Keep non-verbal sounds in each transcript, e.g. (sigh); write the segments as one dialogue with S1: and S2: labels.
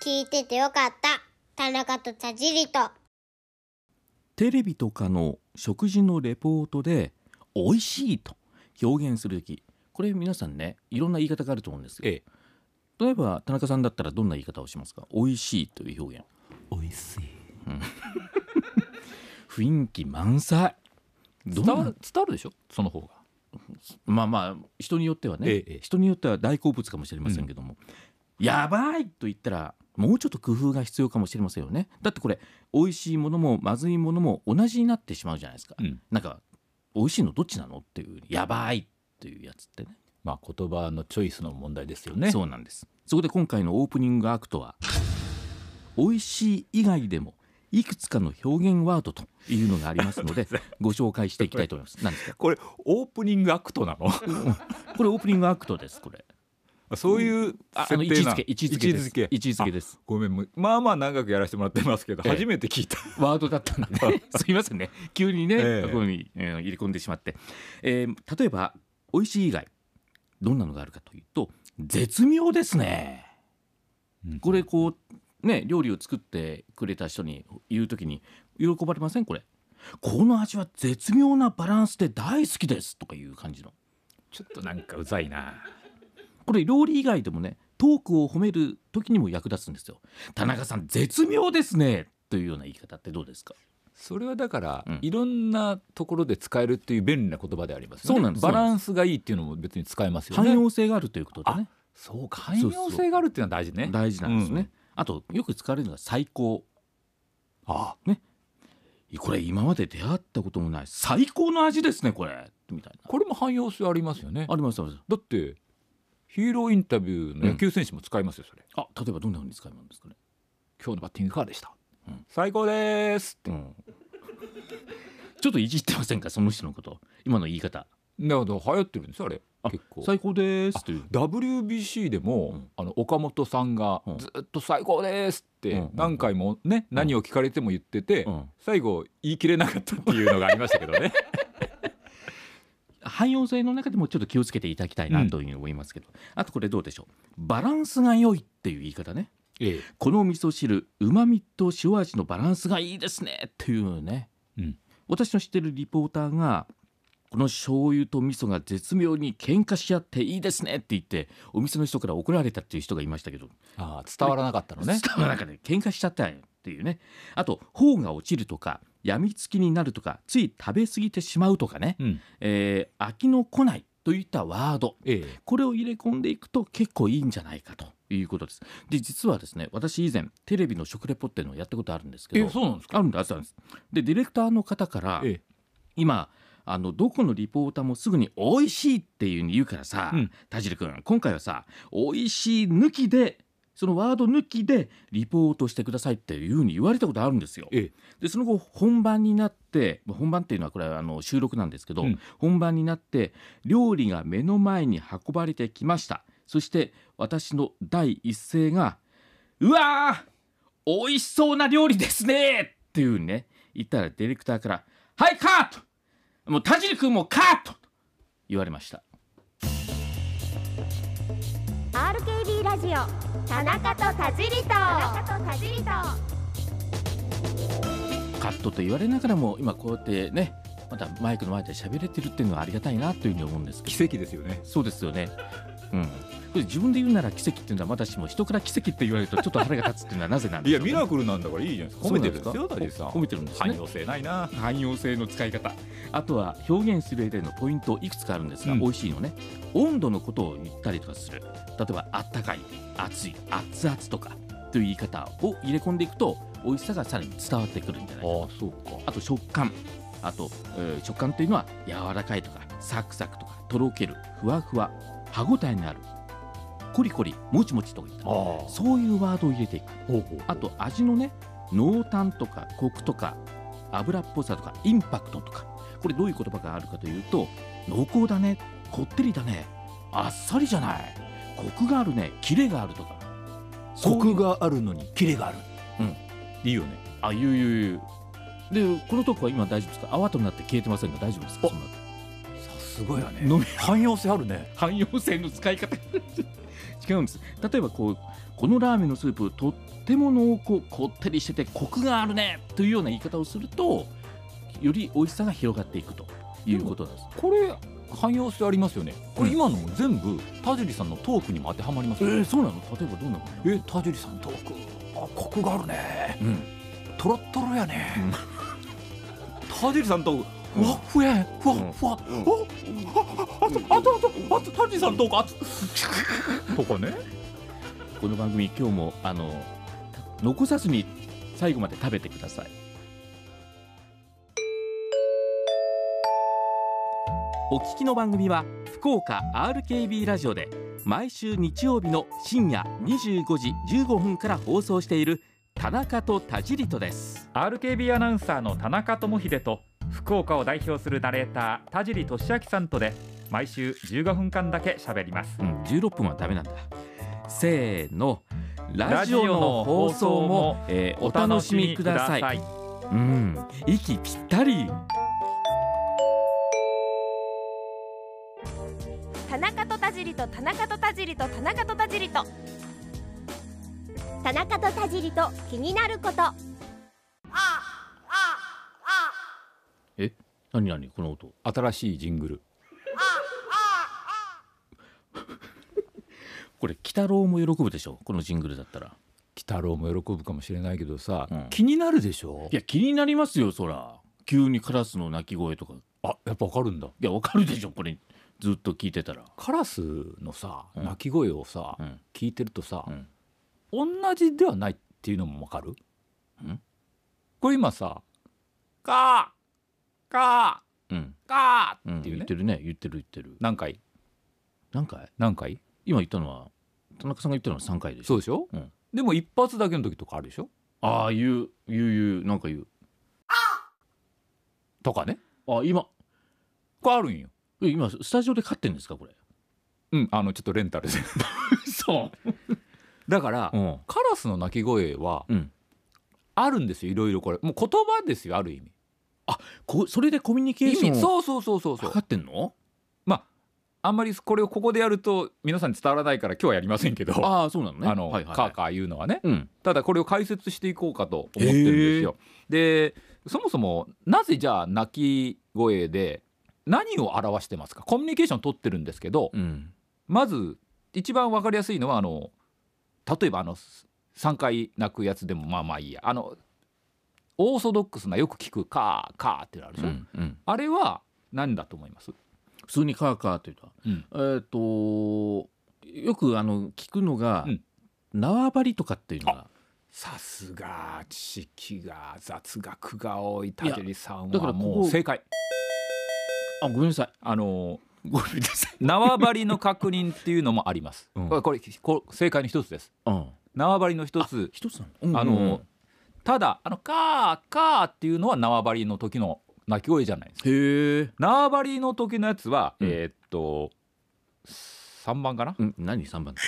S1: 聞いててよかった。田中と田尻と。
S2: テレビとかの食事のレポートで「美味しい」と表現する時これ皆さんねいろんな言い方があると思うんですよ
S3: ええ、
S2: 例えば田中さんだったらどんな言い方をしますか「美味しい」という表現
S3: おいしい
S2: 雰囲気満載ど
S3: 伝
S2: んな
S3: わる伝わるでしょその方が
S2: まあまあ人によってはね、
S3: ええええ
S2: 人によっては大好物かもしれませんけども、やばいと言ったらもうちょっと工夫が必要かもしれませんよねだってこれ美味しいものもまずいものも同じになってしまうじゃないですか、
S3: うん
S2: なんか美味しいのどっちなのっていうやばいっていうやつってね
S3: まあ言葉のチョイスの問題ですよね
S2: そうなんですそこで今回のオープニングアクトは美味しい以外でもいくつかの表現ワードというのがあります (laughs) のでご紹介していきたいと思います何ですか
S3: これオープニングアクトな (laughs) の
S2: (laughs) これオープニングアクトですこれ
S3: そういう
S2: あ
S3: 設
S2: あの
S3: 定
S2: 位置
S3: な
S2: づけ位置づけです
S3: 位置づけ
S2: 位置づけです
S3: ごめんもうまあまあ長くやらせてもらってますけど、
S2: ええ
S3: 初めて聞いた
S2: ワードだった (laughs) んですいませんね急にね、
S3: ええ
S2: ここに、えー入れ込んでしまって、えー例えば美味しい以外どんなのがあるかというと絶妙ですね
S3: (laughs)
S2: これこうね料理を作ってくれた人に言うときに喜ばれませんこれこの味は絶妙なバランスで大好きですとかいう感じの
S3: ちょっとなんかうざいな
S2: これ料理以外でもねトークを褒める時にも役立つんですよ田中さん絶妙ですねというような言い方ってどうですか
S3: それはだから、
S2: うん
S3: いろんなところで使えるっていう便利な言葉でありますよね
S2: そうなんです
S3: バランスがいいっていうのも別に使えますよ
S2: 汎
S3: ね
S2: 用性があるということでね
S3: そうか汎用性があるっていうのは大事ね
S2: 大事なんですね、、あとよく使われるのが最高
S3: うんあ
S2: これ今まで出会ったこともない最高の味ですねこれみたいな
S3: これも汎用性ありますよね
S2: ありますあります
S3: だってヒーローインタビューの野球選手も使いますよそれ、
S2: あ例えばどんなふうに使いますかね、
S3: 今日のバッティングいかがでした、
S2: うん
S3: 最高です
S2: うん、ちょっといじってませんかその人のこと今の言い方
S3: なるほど流行ってるんですよあれ
S2: あ
S3: 結構
S2: 最高ですという
S3: WBC でも、
S2: うん
S3: あの岡本さんが
S2: うん
S3: ずっと最高ですっ
S2: うんうん
S3: て
S2: うん
S3: 何回もね、何を聞かれても言ってて、
S2: うん
S3: 最後言い切れなかったっていうのがありましたけどね
S2: 汎用性の中でもちょっと気をつけていただきたいなというふうに思いますけど、あとこれどうでしょうバランスが良いっていう言い方ね
S3: (laughs) ええ
S2: この味噌汁うまみと塩味のバランスがいいですねっていうのね、
S3: うん
S2: 私の知ってるリポーターがこの醤油と味噌が絶妙に喧嘩し合っていいですねって言ってお店の人から怒られたっていう人がいましたけど、
S3: ああ (laughs) 伝わらなかったのね
S2: スタッフの中で喧嘩しちゃったよっていうねあと頬が落ちるとかやみつきになるとかつい食べ過ぎてしまうとかね、
S3: うん
S2: えー飽きのこないといったワード
S3: え
S2: これを入れ込んでいくと結構いいんじゃないかということです。で実はですね私以前テレビの食レポっていうのをやったことあるんですけ
S3: え
S2: ど
S3: えそうなんですか
S2: あるんですあるんです。でディレクターの方から、
S3: ええ
S2: 今あのどこのリポーターもすぐに「美味しい」っていうに言うからさ、
S3: うん
S2: 田尻君今回はさ「美味しい」抜きでそのワード抜きでリポートしてくださいっていうふうに言われたことあるんですよ。
S3: ええ
S2: でその後本番になってまあ本番っていうのはこれはあの収録なんですけど、
S3: うん
S2: 本番になって料理が目の前に運ばれてきましたそして私の第一声が「うわー美味しそうな料理ですね!」っていうふうにね言ったらディレクターから「はいカット!」もう田尻君もカットと言われました
S4: RKB ラジオ田中と田尻と田中と田尻と
S2: カットと言われながらも今こうやってねまたマイクの前で喋れてるっていうのはありがたいなというふうに思うんですけど
S3: 奇跡ですよね
S2: そうですよね。うん。これ自分で言うなら奇跡っていうのはまだしも人から奇跡って言われるとちょっと腹が立つっていうのはなぜなんで
S3: い
S2: しょ
S3: や
S2: う、ね。
S3: ミラクルなんだからいいじゃないですか褒めてるんですよ
S2: そうな
S3: 大
S2: ん
S3: 地
S2: です
S3: さ
S2: か
S3: ん
S2: 褒めてるんです
S3: 汎
S2: ね。
S3: 用性ないな
S2: 汎用性の使い方。あとは表現する上でのポイントいくつかあるんですが、
S3: うん
S2: 美味しいのね。温度のことを言ったりとかする。例えばあったかい、熱い、熱々とかという言い方を入れ込んでいくと美味しさがさらに伝わってくるんじゃないかな
S3: ああそうか
S2: あと食感あと、えー食感というのは柔らかいとかサクサクとかとろけるふわふわ歯ごたえのあるコリコリもちもちといった
S3: あほ
S2: そういうワードを入れていく
S3: うほう
S2: あと味のね濃淡とかコクとか油っぽさとかインパクトとかこれどういう言葉があるかというと濃厚だねこってりだねあっさりじゃないコクがあるねキレがあるとかそういう
S3: があるのにキレがある
S2: うん
S3: いいよね
S2: あゆうゆうゆうでこのとこは今大丈夫ですか泡となって消えてませんが大丈夫ですか
S3: あ
S2: そんな
S3: さすがや
S2: 飲み
S3: 汎用性あるね
S2: 汎用性の使い方違うんです例えばこうこのラーメンのスープとっても濃厚こってりしててコクがあるねというような言い方をするとより美味しさが広がっていくということなんです
S3: これ汎用性ありますよねこれ
S2: うん
S3: 今の全部田尻さんのトークにも当てはまります
S2: え
S3: よ
S2: ー、そうなの例えばどんなの、
S3: え田尻さんトークあコクがあるね
S2: うん、
S3: トロットロやね、田尻さんとふわっふやふわっふわ、
S2: うん
S3: ああとあとあとあと田尻さんとかあととかね
S2: この番組今日もあの残さずに最後まで食べてくださいお聞きの番組は福岡 RKB ラジオで毎週日曜日の深夜25時15分から放送している田中と田尻とです
S5: RKB アナウンサーの田中智秀と福岡を代表するナレーター田尻俊明さんとで毎週15分間だけ喋ります
S2: うん、16分はダメなんだせーのラ
S5: ラ
S2: ジ
S5: ジ
S2: オ
S5: オ
S2: の
S5: の
S2: 放
S5: 放
S2: 送
S5: 送
S2: も
S5: も、
S2: えーお楽しみくださ
S5: お
S2: い
S5: 楽しみく
S2: うん、息ぴったり
S4: 田中と田尻と田中と田尻と田中と田尻と田中と田尻と気になること
S2: え何何この音
S3: 新しいジングル
S2: これ鬼太郎も喜ぶでしょこのジングルだったら
S3: 鬼太郎も喜ぶかもしれないけどさ、
S2: うん
S3: 気になるでしょ
S2: いや気になりますよそら急にカラスの鳴き声とかい
S3: あやっぱわかるんだ
S2: やわかるでしょこれずっと聞いてたら
S3: カラスのさ
S2: うん
S3: 鳴き声をさ、
S2: うん
S3: 聞いてるとさ、
S2: うん
S3: 同じではないっていうのもわかる
S2: ん
S3: これ今さ「カーカ
S2: うん、
S3: ーカ
S2: うん
S3: ー」っていう
S2: 言
S3: ね
S2: ってるね言ってる言ってる
S3: 何回
S2: 何回
S3: 何回
S2: 今言ったのは田中さんが言ったのは3回でし
S3: そ
S2: ょ
S3: うでしょ、
S2: うん
S3: でも一発だけの時とかあるでしょ
S2: ああ言う言う言うなんか言う
S3: とかね
S2: あ今
S3: これあるんよ
S2: え今スタジオで飼ってんですかこれ
S3: うんあのちょっとレンタ (laughs) ルで
S2: そ
S3: だから、
S2: うん
S3: カラスの鳴き声は
S2: うん
S3: あるんですよいろいろこれもう言葉ですよある意味
S2: こそれでコミュニケーシ
S3: 意
S2: ョンを
S3: 味そうそうそうそうそう
S2: 測ってんの
S3: あんまりこれをここでやると皆さんに伝わらないから今日はやりませんけどあ,、
S2: ああそうなのね
S3: の、
S2: はいはいはい
S3: カーカー言うのはね
S2: うん
S3: ただこれを解説していこうかと思ってるんですよ。でそもそもなぜじゃあ鳴き声で何を表してますかコミュニケーション取ってるんですけど、
S2: うん
S3: まず一番わかりやすいのはあの例えばあの3回鳴くやつでもまあまあいいやあのオーソドックスなよく聞く「カーカー」ってのあるで
S2: う
S3: しょ、
S2: んうん
S3: あれは何だと思います
S2: 普通にカーカーって言った、えっ、とよくあの聞くのが、
S3: うん
S2: 縄張りとかっていうのが
S3: さすが知識が雑学が多い
S2: 田
S3: 田
S2: 尻
S3: 尻さん
S2: は
S3: は
S2: もう
S3: もう正解
S2: あごめんなさい
S3: あの
S2: (laughs) ごめんなさい、
S3: 縄張りの確認っていうのもあります。
S2: (laughs) うん
S3: これこれこ正解の一つです。
S2: うん、
S3: 縄張りの一つ。
S2: 一つなの、
S3: あのただあのカーカーっていうのは縄張りの時の鳴き声じゃないです。
S2: へえ、
S3: 縄張りの時のやつは、
S2: うん
S3: えーっと三番かな。
S2: うん、何三番って、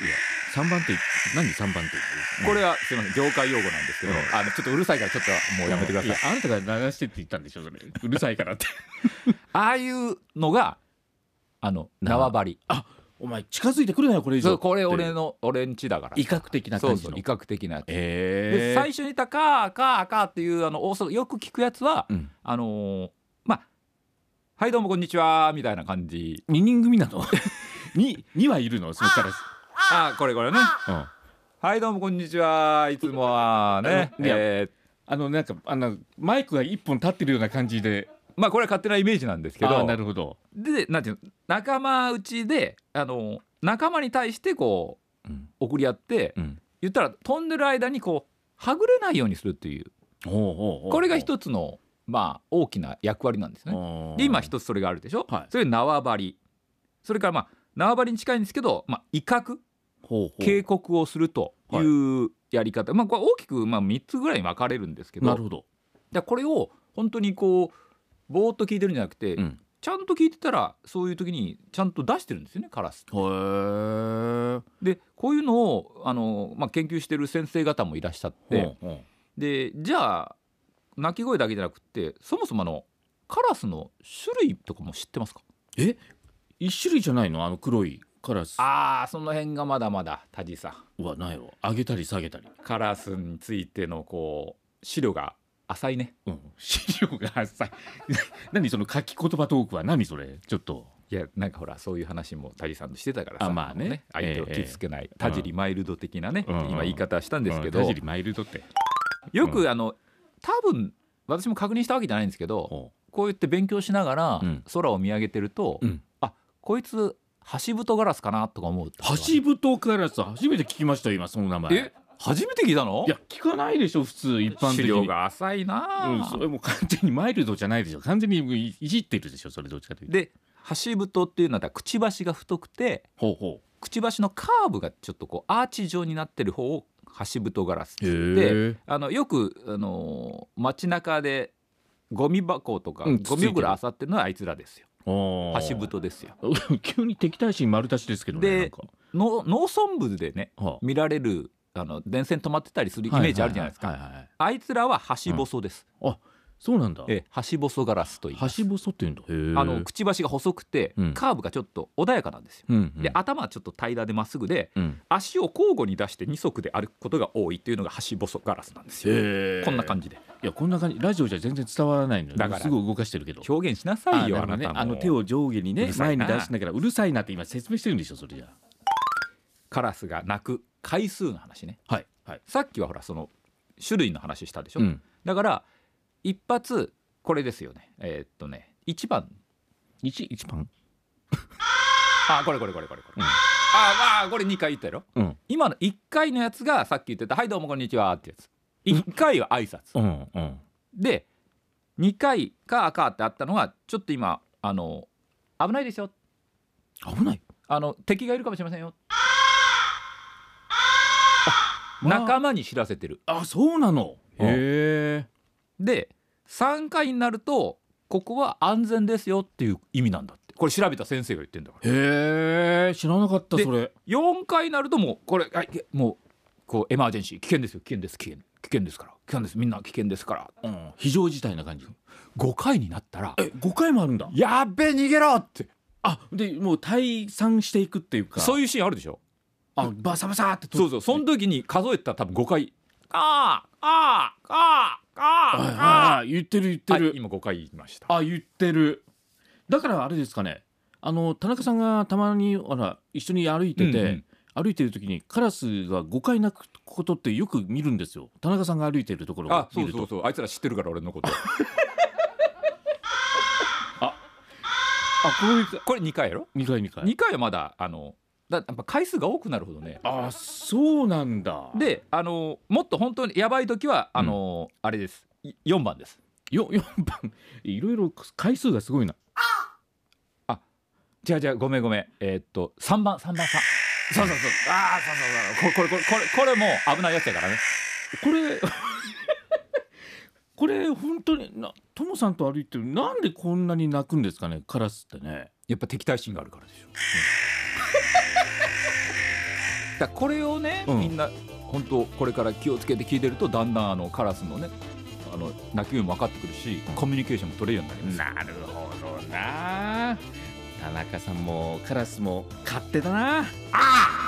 S2: うん、いや三番って何三番って言ってる
S3: これはすみません業界用語なんですけど、
S2: うん
S3: あのちょっとうるさいからちょっともうやめてください。
S2: やあなたが流してって言ったんでしょそれうるさいからって
S3: ああいうのがあの
S2: 縄
S3: 縄張り。
S2: (laughs) お前近づいてくるなよこれ以
S3: そ
S2: 上
S3: うこれ俺
S2: の
S3: の俺んちだから。
S2: 威嚇的な
S3: そ
S2: 感
S3: う
S2: じ
S3: そう
S2: の
S3: 威嚇的なやつ。
S2: え
S3: で
S2: え
S3: 最初に言ったカーカーカーっていうあのオーソよく聞くやつは。
S2: うん、
S3: あのーまあ「はいどうもこんにちは」みたいな感じ
S2: 二人組なの (laughs) に二はいるのそしたら
S3: あこれこれね「
S2: うん」
S3: はいどうもこんにちはいつもはね
S2: いや
S3: えー
S2: あのなんかあのマイクが一本立ってるような感じで。
S3: まあこれは勝手なイメージなんですけ
S2: けど
S3: ど
S2: なるほど。
S3: でなんていうの仲間内で、あのー仲間に対してこ
S2: うん
S3: う送り合って
S2: うん。
S3: 言ったら飛んでる間にこうはぐれないようにするっていう
S2: ほうほうほう
S3: これが一つのまあ大きな役割なんですね。
S2: ね
S3: で今一つそれがあるでしょ、
S2: はい
S3: それ縄張りそれからまあ縄張りに近いんですけど、まあ、威嚇
S2: ほうほう
S3: 警告をするというやり方、まあこれ大きくまあ3つぐらいに分かれるんですけど
S2: なるほど。
S3: でこれを本当にこうぼーっと聞いてるんじゃなくて、
S2: うん
S3: ちゃんと聞いてたらそういう時にちゃんと出してるんですよねカラス。
S2: へえ。
S3: でこういうのをあの、まあ、研究してる先生方もいらっしゃって、
S2: ほうほ
S3: でじゃあ鳴き声だけじゃなくってそもそもあのカラスの種類とかも知ってますか
S2: うえ一種類じゃないのあの黒いカラス
S3: ああその辺がまだまだ田地さん
S2: はないわ上げたり下げたり、
S3: カラスについてのこう資料が浅いね
S2: うん、資料が浅い (laughs) 何その書き言葉トークは何それちょっと
S3: いやなんかほらそういう話も田地さんとしてたからさ
S2: あまあね
S3: 相手を傷つけない、田尻マイルド的なね、
S2: うん
S3: 今言い方したんですけど、
S2: うん田尻マイルドって
S3: よくあの多分私も確認したわけじゃないんですけど
S2: お
S3: こうやって勉強しながら
S2: うん
S3: 空を見上げてると、
S2: うん
S3: あこいつハシブトガラスかなとか思う
S2: ハシブトカラス初めて聞きましたよ今その名前
S3: え初めて聞いたの
S2: いや聞かないでしょ普通一般的に
S3: 資料が浅いなあ、
S2: うん、それもう完全にマイルドじゃないでしょ完全にいいじってるでしょそれどっちかというと
S3: でハシブトっていうのはくちばしが太くて
S2: ほうほ
S3: くちばしのカーブがちょっとこうアーチ状になってる方をハシブトガラスって
S2: う
S3: 言ってあのよく、あのー街中でゴミ箱とか、
S2: うん
S3: ゴミ袋
S2: つ
S3: あさってるのはあいつらですよ
S2: おー
S3: ハシブトですよ
S2: (laughs) 急に敵対心丸出しですけどね
S3: で
S2: なんか
S3: の農村部でね
S2: は
S3: 見られるあの電線止まってたりするイ
S2: あ
S3: メージあるじゃないですか、
S2: はははいはい
S3: あいつらはハシボソです、
S2: そうなんだ
S3: ええハシボソガラスという
S2: ハシボソって言うんだへー
S3: あのくちばしが細くて、
S2: うん
S3: カーブがちょっと穏やかなんですよ、
S2: うんうん
S3: で頭はちょっと平らでまっすぐで
S2: うん
S3: 足を交互に出して二足で歩くことが多いっていうのがハシボソガラスなんですよ、
S2: へー
S3: こんな感じで
S2: いやこんな感じラジオじゃ全然伝わらないのよ
S3: だから
S2: すぐ動かしてるけど
S3: 表現しなさいよあ
S2: あなるほど
S3: な
S2: ね
S3: たも
S2: あの手を上下に
S3: う
S2: ね
S3: るさ
S2: 前
S3: いな
S2: に出しながらうるさいなって今説明してるんでしょそれじゃ
S3: カラスが鳴く回数の話ね
S2: はいはい
S3: さっきはほらその種類の話したでしょ、
S2: うん
S3: だから一発これですよねえーっとね一番
S2: 一一番
S3: あこれこれこれこれこれ、
S2: うん
S3: ああこれ2回言ったやろ
S2: うん
S3: 今の1回のやつがさっき言ってた「はいどうもこんにちは」ってやつ1回は挨拶、
S2: うんうん
S3: で2回「カーカー」ってあったのがちょっと今あの危ないですよ
S2: 危ない
S3: あの敵がいるかもしれませんよ
S2: まあ
S3: 仲間に知らせてる
S2: あそうなの
S3: うん
S2: へえ
S3: で3回になるとここは安全ですよっていう意味なんだってこれ調べた先生が言ってんだから
S2: へえ知らなかった
S3: で
S2: それ
S3: 4回になるともうこれ、はい、いやもうこうエマージェンシー危険ですよ危険です危険危険ですから危険ですみんな危険ですから
S2: うん非常事態な感じ
S3: 5回になったら
S2: え五回もあるんだ
S3: 「やっべ逃げろ!」って
S2: あでもう退散していくっていうか
S3: そう
S2: いう
S3: いうシーンあるでしょ
S2: あバサバサってと
S3: そうそうその時に数えたら多分5回「あーあーあー
S2: はいはい
S3: あーあーあー
S2: はい言ってる言って
S3: はい
S2: る
S3: 今5回言いました
S2: あ言ってるだからあれですかねあの田中さんがたまにあら一緒に歩いてて、
S3: うんうん
S2: 歩いてる時にカラスが5回鳴くことってよく見るんですよ田中さんが歩いてるところ
S3: あ
S2: を見
S3: そう
S2: ると
S3: そうそうあいつら知ってるから俺の (laughs) こと
S2: あこういう
S3: これ2回やろ
S2: 2回2回
S3: 2回はまだあのだやっぱ回数が多くなるほどね
S2: あそうなんだ
S3: であのもっと本当にやばい時はあの、あれです4番です
S2: よ4番いろいろ回数がすごいな
S3: 違う違うごめんごめんえーっと3番3番3そうそうそうああそうそうそうこれこれこれこれこれもう危ないやつやからね
S2: これこれ本当になトモさんと歩いてるなんでこんなに泣くんですかねカラスってね
S3: やっぱ敵対心があるからでしょ、だからこれをね、
S2: うん
S3: みんな本当これから気をつけて聞いてるとだんだんあのカラスのねあの鳴き声も分かってくるしコミュニケーションも取れるようになります
S2: なるほどな田中さんもカラスも勝手だなああ